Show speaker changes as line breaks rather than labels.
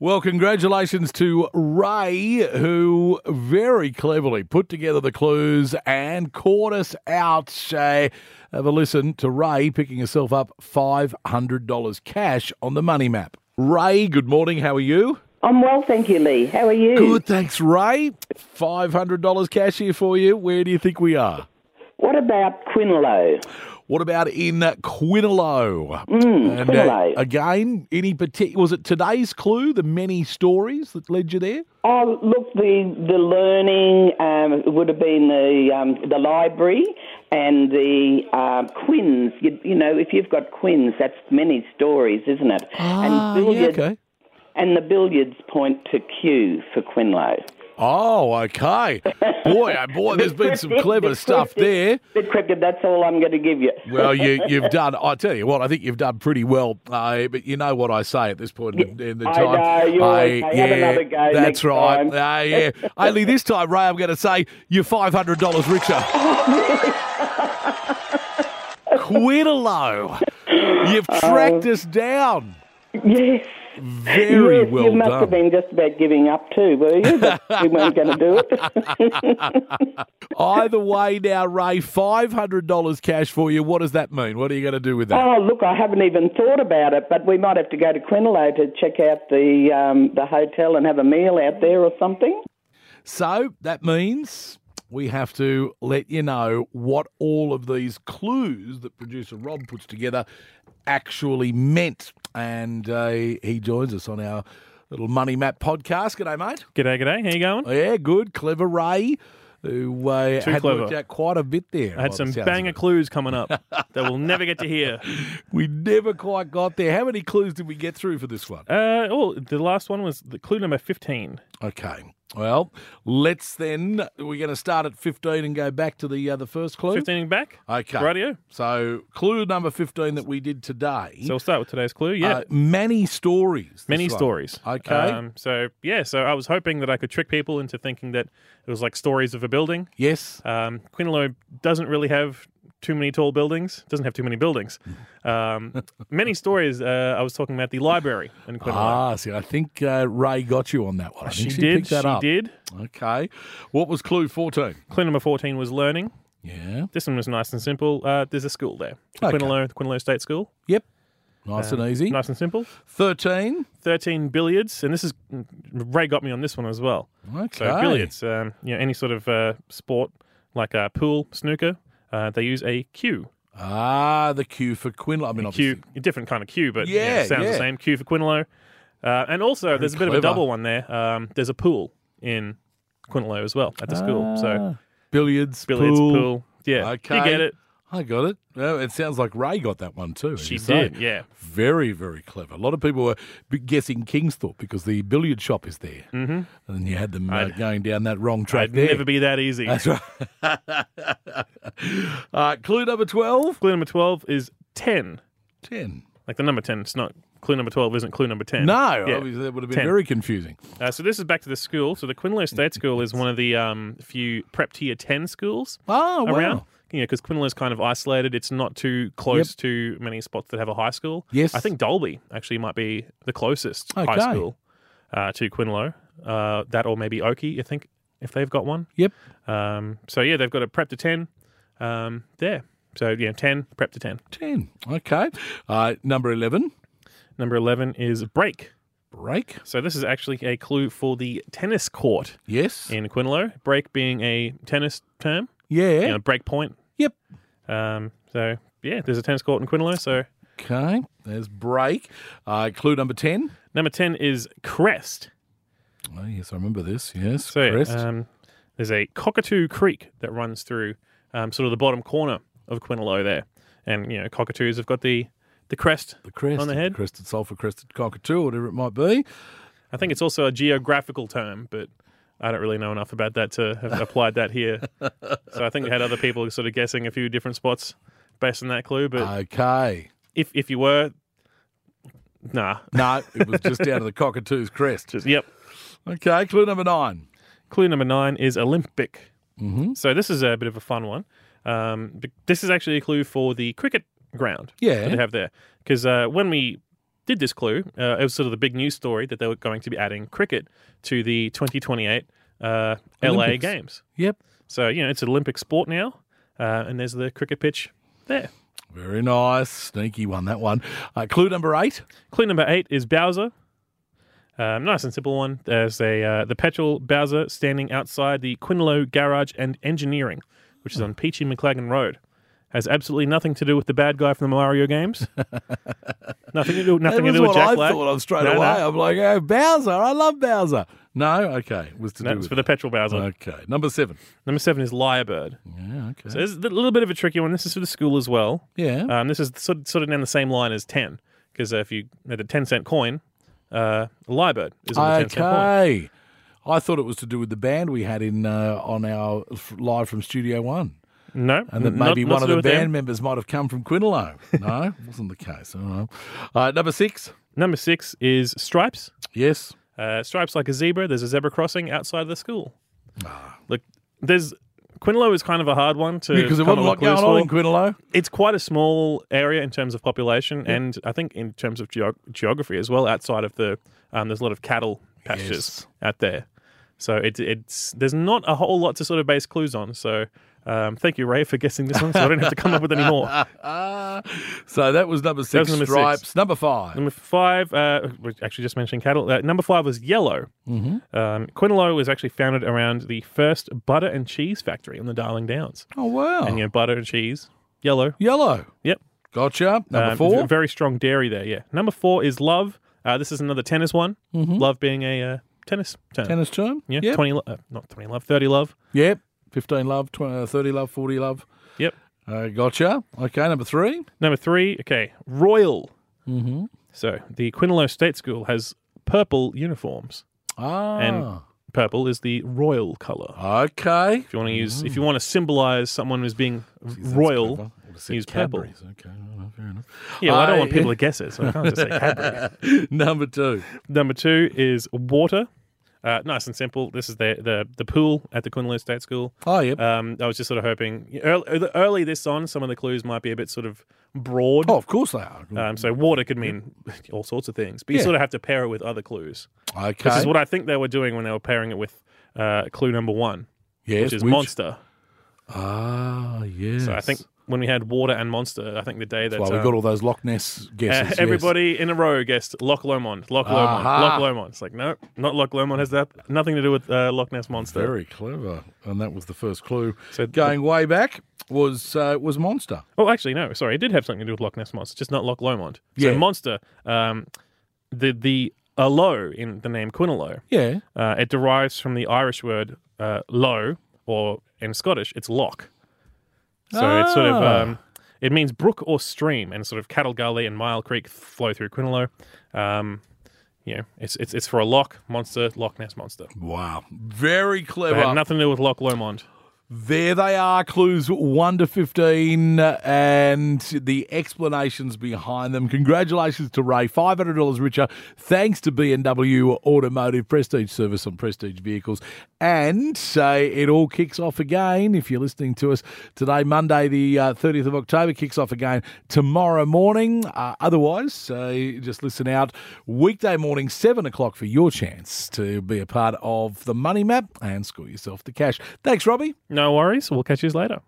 Well, congratulations to Ray, who very cleverly put together the clues and caught us out. Shay, have a listen to Ray picking herself up $500 cash on the money map. Ray, good morning. How are you?
I'm well, thank you, Lee. How are you?
Good, thanks, Ray. $500 cash here for you. Where do you think we are?
What about Quinlow?
What about in Quinlow? and, uh,
Quinlow.
again, any particular was it today's clue? The many stories that led you there.
Oh, look, the the learning um, would have been the um, the library and the uh, Quins. You, you know, if you've got Quins, that's many stories, isn't it?
Ah, yeah,
billiard-
okay.
And the billiards point to Q for Quinlow.
Oh, okay. Boy, oh boy, there's been some clever stuff there.
Bit crooked. That's all I'm going to give you.
Well, you, you've done. I tell you what, I think you've done pretty well. Uh, but you know what I say at this point in, in the
I
time. Eh,
know, you always say, "Have another go
That's
next
right.
time."
Uh, yeah. Only this time, Ray, I'm going to say you're five hundred dollars richer. Quidalo, you've
Oh.
tracked us down.
Yes.
Very
yes,
well
you must
done.
have been just about giving up too, were you? But you weren't going to do it.
Either way, now Ray, five hundred dollars cash for you. What does that mean? What are you going to do with that?
Oh, look, I haven't even thought about it, but we might have to go to Quinalow to check out the um, the hotel and have a meal out there or something.
So that means we have to let you know what all of these clues that producer Rob puts together actually meant. And uh, he joins us on our little Money Map podcast. G'day, mate.
G'day, g'day. How you going?
Yeah, good. Clever Ray, who uh,
Too
had
clever.
worked out quite a bit there.
I had some banger clues coming up that we'll never get to hear.
We never quite got there. How many clues did we get through for this one?
Uh, oh, the last one was the clue number 15.
Okay. Well, let's then. We're going to start at 15 and go back to the uh, the first clue.
15 and back?
Okay.
Radio.
So, clue number 15 that we did today.
So we'll start with today's clue. Yeah.
uh, many stories. this
Many
one.
stories. Um,
Okay.
so, yeah, so I was hoping that I could trick people into thinking that it was like stories of a building.
Yes.
Um, Quinlow doesn't really have too many tall buildings, doesn't have too many buildings. Um, many stories, uh, I was talking about the library in Quinlow.
Ah, see, I think uh, Ray got you on that one. I
she,
think she,
did.
picked that
she
up.
did.
Okay. What was clue 14?
Clue number 14 was learning.
Yeah.
This one was nice and simple. Uh, there's a school there, the
Okay.
Quinlow, the Quinlow State School.
Yep. Nice and easy.
Um, Nice and simple.
13.
13 billiards, and this is mm, Ray got me on this one as well.
Okay.
So billiards, um, you know, any sort of uh, sport like uh, pool, snooker, uh, they use a cue.
Ah, the cue for Quinlan. I mean,
Cue,
obviously.
a different kind of cue, but you know,
Yeah,
sounds
yeah.
the same. Cue for Quinlow. Uh, and also, there's a bit of
clever.
a double one there. Um, there's a pool in Quinlow as well at the school. So
Ah, billiards,
billiards,
pool.
pool. Yeah,
Okay.
you get it.
I got it. Well, it sounds like Ray got that one too. as
She
you say.
did, yeah.
Very, very clever. A lot of people were b- guessing Kingsthorpe because the billiard shop is there. Mm-hmm. And you had them uh,
I'd-
going down that wrong track
It'd
there.
never be that easy.
That's right. uh, clue number 12.
Clue number 12 is 10.
10.
Like the number 10, it's not clue number 12 isn't clue number 10.
No,
Yeah.
obviously that would have been
10.
very confusing.
Uh, so this is back to the school. So the Quinlow State School is one of the um, few prep tier 10 schools
Oh, wow.
around. You know, because Quinlow's kind of isolated. It's not too close to many spots that have a high school.
Yes.
I think Dolby actually might be the closest
Okay.
high school uh, to Quinlow. Uh, that or maybe Oki, I think, if they've got one.
Yep.
Um, so yeah, they've got a prep to 10 um, there. So yeah, 10, prep to 10.
10. Okay. Uh, number 11.
Number 11 is break.
Break.
So this is actually a clue for the tennis court
Yes.
in Quinlow. Break being a tennis term,
Yeah.
you know, break point.
Yep.
Um, so yeah, there's a tennis court in Quinlow. So
Okay. There's break. Uh, clue number 10.
number ten is crest.
Oh, yes, I remember this. Yes.
So
Crest.
um, there's a cockatoo creek that runs through um, sort of the bottom corner of Quinlow there, and you know cockatoos have got the the crest.
the crest.
on the head.
Crested sulphur, crested cockatoo, whatever it might be.
I think it's also a geographical term, but. I don't really know enough about that to have applied that here. so I think we had other people sort of guessing a few different spots based on that clue. But
Uh, Okay.
if if you were, nah,
No, it was just down to the cockatoo's crest.
just yep.
Okay, clue number nine.
Clue number nine is Olympic. Mm-hmm. So this is a bit of a fun one. Um, be- this is actually a clue for the cricket ground
Yeah.
that they have there, because uh, when we did this clue. Uh, it was sort of the big news story that they were going to be adding cricket to the 2028 uh, LA
Olympics.
Games.
Yep.
So, you know, it's an Olympic sport now, uh, and there's the cricket pitch there.
Very nice. Sneaky one, that one. Uh, clue number eight.
Clue number eight is Bowser. Um, nice and simple one. There's a uh, the petrol Bowser standing outside the Quinlow Garage and Engineering, which is on Peachy McLagan Road. Has absolutely nothing to do with the bad guy from the Mario games. nothing to do. Nothing
that
to
was
do with
what
Jack
I
Black.
thought of straight
No, no.
away. I'm like, oh, Bowser. I love Bowser. No, okay. It was to do
That's
with
for the petrol Bowser.
Okay. Number seven.
Number seven is Lyrebird.
Yeah, okay.
So this is a little bit of a tricky one. This is for the school as well.
yeah.
Um, this is sort of, sort of down the same line as ten, because uh, if you had a ten cent coin, uh, Lyrebird is on the ten cent coin.
Okay. I thought it was to do with the band we had in uh, on our f- live from Studio One,
No,
and that
n- Mm, not-
maybe
not
one
to
of
do
the
with
band
them.
members might have come from Quinlow. No, wasn't the case. All right. Uh, number six.
Number six is stripes.
Yes.
Uh, stripes like a zebra. There's a zebra crossing outside of the school.
Ah.
Look, there's Quinlow is kind of a hard one to
Because there wasn't
come
a
up
lot
with clues
going on in
for.
Quinlow.
It's quite a small area in terms of population, and I think in terms of geog- geography as well. Outside of the, um, there's a lot of cattle pastures
Yes.
out there, so it's it's there's not a whole lot to sort of base clues on. So. Um, thank you, Ray, for guessing this one, so I don't have to come up with any more.
Ah, so that was number six.
was number six.
stripes. Number five.
Number five, uh, we're actually just mentioning cattle. Uh, number five was yellow. Mm-hmm. Um, Quinlow was actually founded around the first butter and cheese factory on the Darling Downs.
Oh wow.
Mm-hmm. And you know, butter and cheese, yellow.
Yellow.
Yep.
Gotcha. Number
Um,
four.
v- Very strong dairy there, yeah. Number four is love. Uh, this is another tennis one. Love being a uh, tennis term.
Mm-hmm. Tennis term.
Yeah,
Yep.
20, lo- uh, not 20 love, 30 love.
Yep. Fifteen love. Tw- uh, Thirty love. Forty love.
Yep.
Uh, gotcha. Okay. Number three.
Number three, okay, royal. Mm-hmm. So the Quinlow State School has purple uniforms.
Ah.
And purple is the royal color.
Okay.
If you want to use,
Mm.
if you want to symbolize someone who's being royal, use purple.
Okay, well, fair enough.
Yeah, well, I don't
I-
want people to guess it, so I can't just say Cadbury.
Number two.
Number two is water. Uh, nice and simple. This is the the, the pool at the Quinlow State School.
Oh, yep.
Um, I was just sort of hoping early, early this on, some of the clues might be a bit sort of broad.
oh, of course they are.
Um, so water could mean all sorts of things, but you
Yeah.
sort of have to pair it with other clues.
okay.
This is what I think they were doing when they were pairing it with uh, clue number one,
yes,
which is monster.
Ah, yes.
So I think when we had water and monster, I think the day that
Well, we
um,
got all those Loch Ness
Uh,
guesses. yes.
everybody in a row guessed Loch Lomond, Loch Lomond,
Aha.
Loch Lomond. It's like, no, not Loch Lomond has that nothing to do with uh, Loch Ness Monster.
Very clever. And that was the first clue.
So-
Going way back was uh, was Monster.
Oh, actually, no, sorry, it did have something to do with Loch Ness Monster, just not Loch Lomond.
Yeah.
So Monster, um, the the a low in the name Quinalow,
Yeah.
uh, it derives from the Irish word uh, low, or in Scottish, it's loch. So it's sort of
Ah.
um, it means brook or stream, and sort of Cattle Gully and Mile Creek flow through Quinalow. Um, you know, it's it's it's for a loch monster, Loch Ness monster.
Wow. Very
It
clever.
had nothing to do with Loch Lomond.
There they are, clues 1 to 15 and the explanations behind them. Congratulations to Ray, $500 richer, thanks to BMW Automotive Prestige Service on Prestige Vehicles. And uh, it all kicks off again, if you're listening to us today, Monday the uh, 30th of October, kicks off again tomorrow morning. Uh, otherwise, uh, just listen out weekday morning, 7 o'clock for your chance to be a part of the Money Map and score yourself the cash. Thanks, Robbie.
No worries. We'll catch you later.